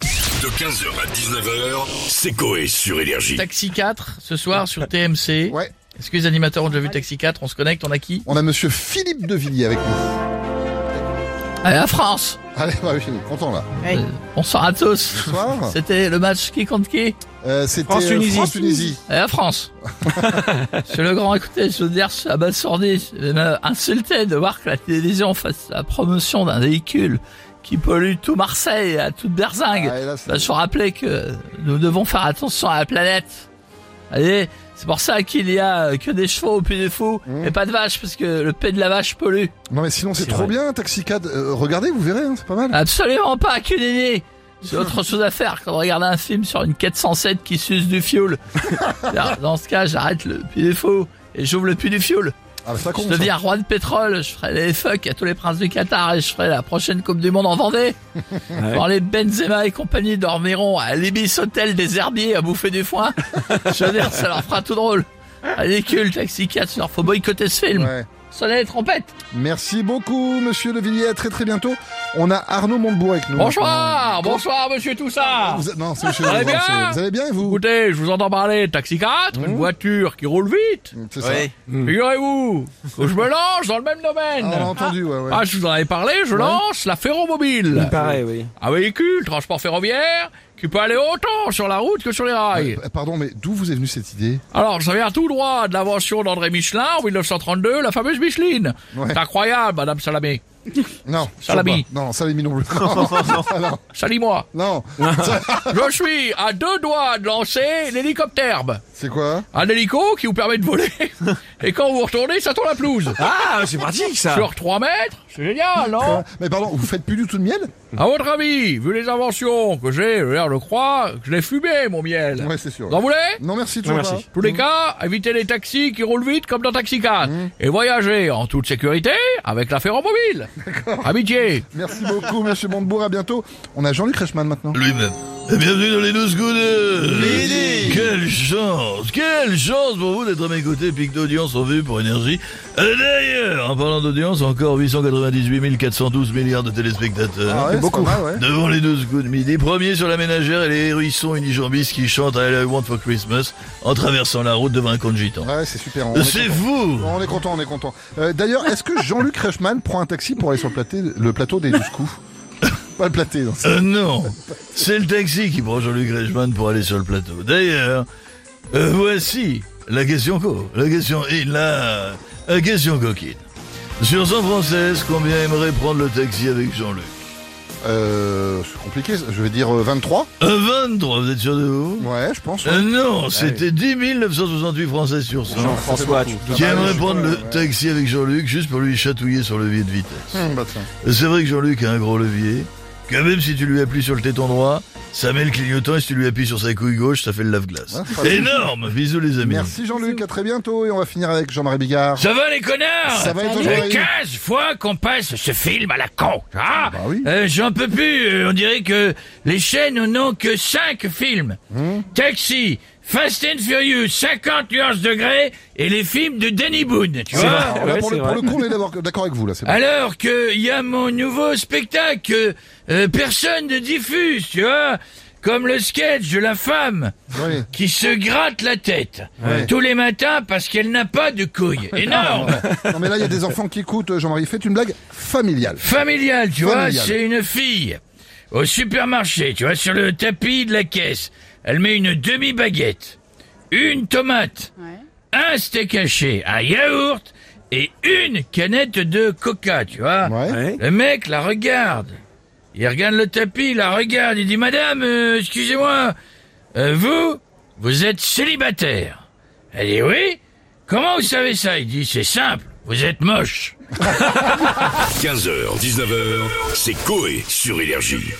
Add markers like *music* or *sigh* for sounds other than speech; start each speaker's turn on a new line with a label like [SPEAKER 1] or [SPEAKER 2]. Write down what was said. [SPEAKER 1] De 15h à 19h, c'est Coé sur Énergie.
[SPEAKER 2] Taxi 4 ce soir sur TMC.
[SPEAKER 3] Ouais.
[SPEAKER 2] Est-ce que les animateurs ont déjà vu Taxi 4 On se connecte, on a qui
[SPEAKER 3] On a monsieur Philippe Devilliers avec nous.
[SPEAKER 2] Allez, la France
[SPEAKER 3] Allez, bah oui, content là.
[SPEAKER 2] Euh, Bonsoir à tous
[SPEAKER 3] *laughs* Bonsoir.
[SPEAKER 2] C'était le match qui contre qui
[SPEAKER 3] Euh, C'était
[SPEAKER 4] France-Tunisie.
[SPEAKER 3] France Tunisie.
[SPEAKER 2] Allez, la
[SPEAKER 3] *laughs*
[SPEAKER 2] France C'est le grand écoutez, je veux dire, à basse sourdise, et m'a insulté de voir que la télévision fasse la promotion d'un véhicule qui pollue tout Marseille à toute berzingue.
[SPEAKER 3] Ah, et là, c'est-
[SPEAKER 2] Bah, je vous rappelais que nous devons faire attention à la planète. Allez, c'est pour ça qu'il y a euh, que des chevaux au pied des fous
[SPEAKER 3] Mmh.
[SPEAKER 2] et pas de vaches parce que le paix de la vache pollue.
[SPEAKER 3] Non mais sinon c'est
[SPEAKER 4] C'est
[SPEAKER 3] trop
[SPEAKER 4] vrai.
[SPEAKER 3] bien, Taxicad. Euh, regardez, vous verrez, hein, c'est pas
[SPEAKER 2] Ah,
[SPEAKER 3] mal.
[SPEAKER 2] Absolument pas, que nenni C'est autre chose à faire quand on regarde un film sur une 407 qui suce du fioul. C'est-à-dire, Dans ce cas, j'arrête le puits des fous et j'ouvre le puits du fioul.
[SPEAKER 3] Ah, bah, c'est pas con.
[SPEAKER 2] Je
[SPEAKER 3] ça.
[SPEAKER 2] deviens roi de pétrole, je ferai les fuck à tous les princes du Qatar et je ferai la prochaine Coupe du Monde en
[SPEAKER 3] *laughs*
[SPEAKER 2] Vendée. Quand les Benzema et compagnie dormiront à l'Ibis Hôtel des Herbiers à bouffer du
[SPEAKER 3] *laughs*
[SPEAKER 2] foin, je veux dire, ça leur fera tout drôle. Ridicule, Taxi 4, leur faut boycotter ce film.
[SPEAKER 3] Ouais.
[SPEAKER 2] Sonnez les trompettes.
[SPEAKER 3] Merci beaucoup, monsieur Devilliers. À très très bientôt. On a Arnaud Montebourg avec nous. Ah,
[SPEAKER 2] Bonsoir, bonsoir monsieur Toussard.
[SPEAKER 3] Vous êtes- Non, c'est monsieur
[SPEAKER 2] Vous allez
[SPEAKER 3] Montebourg,
[SPEAKER 2] bien
[SPEAKER 3] c'est- Vous allez bien et vous
[SPEAKER 2] Écoutez, je vous entends parler de Taxi 4,
[SPEAKER 3] Mmh.
[SPEAKER 2] une voiture qui roule vite.
[SPEAKER 3] C'est ça.
[SPEAKER 2] Figurez-vous que je me lance dans le même
[SPEAKER 3] Mmh. Ah,
[SPEAKER 2] domaine.
[SPEAKER 3] on l'a entendu, ouais, ouais.
[SPEAKER 2] Ah, je vous en avais parlé, je lance la ferromobile.
[SPEAKER 4] Pareil,
[SPEAKER 2] Un
[SPEAKER 4] Ah, oui.
[SPEAKER 2] véhicule, transport ferroviaire, qui peut aller autant sur la route que sur les rails.
[SPEAKER 3] Euh, Pardon, mais d'où vous est venue cette idée
[SPEAKER 2] Alors, ça vient tout droit de l'invention d'André Michelin en 1932, la fameuse Micheline.
[SPEAKER 3] Ouais.
[SPEAKER 2] C'est incroyable, madame Salamé.
[SPEAKER 3] Non, je sais
[SPEAKER 2] Salami.
[SPEAKER 3] pas. Non, salami
[SPEAKER 2] *laughs*
[SPEAKER 3] non plus. Non, non,
[SPEAKER 2] Salis-moi.
[SPEAKER 3] non.
[SPEAKER 2] Je suis à deux doigts de lancer l'hélicoptère.
[SPEAKER 3] *laughs* C'est quoi
[SPEAKER 2] Un hélico qui vous permet de
[SPEAKER 3] *laughs*
[SPEAKER 2] voler. Et quand vous retournez, ça tourne la pelouse.
[SPEAKER 4] Ah, c'est pratique ça.
[SPEAKER 2] Sur 3 mètres, c'est génial, non
[SPEAKER 3] Mais pardon, vous faites plus du tout de miel
[SPEAKER 2] À votre avis, vu les inventions que j'ai, l'air de croire, que je l'ai fumé, mon miel.
[SPEAKER 3] Ouais, c'est sûr.
[SPEAKER 2] Vous en voulez
[SPEAKER 3] Non, merci,
[SPEAKER 4] Non,
[SPEAKER 3] toujours
[SPEAKER 4] merci.
[SPEAKER 3] pas.
[SPEAKER 2] tous les cas, évitez les taxis qui roulent vite comme dans Taxi 4.
[SPEAKER 3] Mmh.
[SPEAKER 2] Et voyagez en toute sécurité avec la ferromobile. Amitié.
[SPEAKER 3] Merci beaucoup, monsieur Montebourg. À bientôt. On a Jean-Luc Reichmann maintenant.
[SPEAKER 5] lui-même. Bienvenue dans les 12 secondes Quelle chance Quelle chance pour vous d'être à mes côtés, pic d'audience en vue pour énergie. Euh, D'ailleurs, en parlant d'audience, encore 898 412 milliards de téléspectateurs.
[SPEAKER 3] Ah ouais, c'est
[SPEAKER 4] beaucoup.
[SPEAKER 3] pas mal, ouais.
[SPEAKER 5] Devant les 12 coups de midi, premier sur la ménagère et les hérissons unijambistes qui chantent I Want for Christmas en traversant la route devant un compte gitan.
[SPEAKER 3] Ouais, c'est super. On est
[SPEAKER 5] C'est
[SPEAKER 3] content.
[SPEAKER 5] vous
[SPEAKER 3] On est content, on est content. Euh, D'ailleurs, est-ce que Jean-Luc Reichmann prend un taxi pour aller sur le plateau, le plateau des 12
[SPEAKER 4] *laughs*
[SPEAKER 3] coups Pas le platé, non.
[SPEAKER 5] Euh, non, c'est le taxi qui prend Jean-Luc Reichmann pour aller sur le plateau. D'ailleurs, euh, voici la question co, la question et la, la question coquine. Sur 100 françaises, combien aimerait prendre le taxi avec Jean-Luc
[SPEAKER 3] Euh, c'est compliqué, je vais dire euh, 23.
[SPEAKER 5] Euh, 23, vous êtes sûr de vous
[SPEAKER 3] Ouais, je pense. ouais.
[SPEAKER 5] Euh, Non, c'était 10 968 Français sur 100
[SPEAKER 4] Jean-François, tu-
[SPEAKER 5] qui aimeraient
[SPEAKER 3] Ouais,
[SPEAKER 5] prendre le
[SPEAKER 3] ouais.
[SPEAKER 5] taxi avec Jean-Luc juste pour lui chatouiller sur le levier de vitesse.
[SPEAKER 4] Euh,
[SPEAKER 3] Hum, bah tiens.
[SPEAKER 5] C'est vrai que Jean-Luc a un gros levier, que même si tu lui appuies sur le téton droit, ça met le clignotant et si tu lui appuies sur sa couille gauche, ça fait le lave-glace.
[SPEAKER 3] Ah, pas mal.
[SPEAKER 5] Énorme Bisous les amis.
[SPEAKER 3] Merci Jean-Luc, à très bientôt et on va finir avec Jean-Marie Bigard.
[SPEAKER 2] Ça va les connards
[SPEAKER 3] Ça va et toi, Jean-Marie
[SPEAKER 2] 15 fois qu'on passe ce film à la con. Ah,
[SPEAKER 3] Bah oui.
[SPEAKER 2] Euh, J'en peux plus. euh, on dirait que les chaînes n'ont que 5 films.
[SPEAKER 3] Mmh.
[SPEAKER 2] Taxi, Fast and Furious, 50 nuances degrés et les films de Danny Boone. Tu vois
[SPEAKER 4] vrai.
[SPEAKER 3] Ah, là,
[SPEAKER 4] Ouais,
[SPEAKER 3] pour,
[SPEAKER 4] c'est
[SPEAKER 3] le, pour
[SPEAKER 4] vrai.
[SPEAKER 3] le coup, on est d'abord- d'accord avec vous là. c'est bon.
[SPEAKER 2] Alors que y a mon nouveau spectacle que euh, personne ne diffuse, tu vois, comme le sketch de la femme
[SPEAKER 4] Ah.
[SPEAKER 3] Oui.
[SPEAKER 2] qui se gratte la tête tous les matins parce qu'elle n'a pas de couilles. Énorme
[SPEAKER 3] Non mais là, il y a
[SPEAKER 4] *laughs*
[SPEAKER 3] des enfants qui écoutent. euh, Jean-Marie, faites une blague familiale.
[SPEAKER 2] Familial, tu vois,
[SPEAKER 3] Familial.
[SPEAKER 2] c'est une fille au supermarché, tu vois, sur le tapis de la caisse. Elle met une demi-baguette, une tomate, un steak haché, un yaourt et une canette de coca, tu vois.
[SPEAKER 3] Ouais.
[SPEAKER 4] Ouais.
[SPEAKER 2] Le mec la regarde. Il regarde le tapis, il la regarde. Il dit Madame, euh, excusez-moi, euh, vous, vous êtes célibataire. Elle dit oui. Comment vous savez ça Il dit c'est simple, vous êtes moche.
[SPEAKER 1] 15h, 19h, c'est Coé sur Énergie.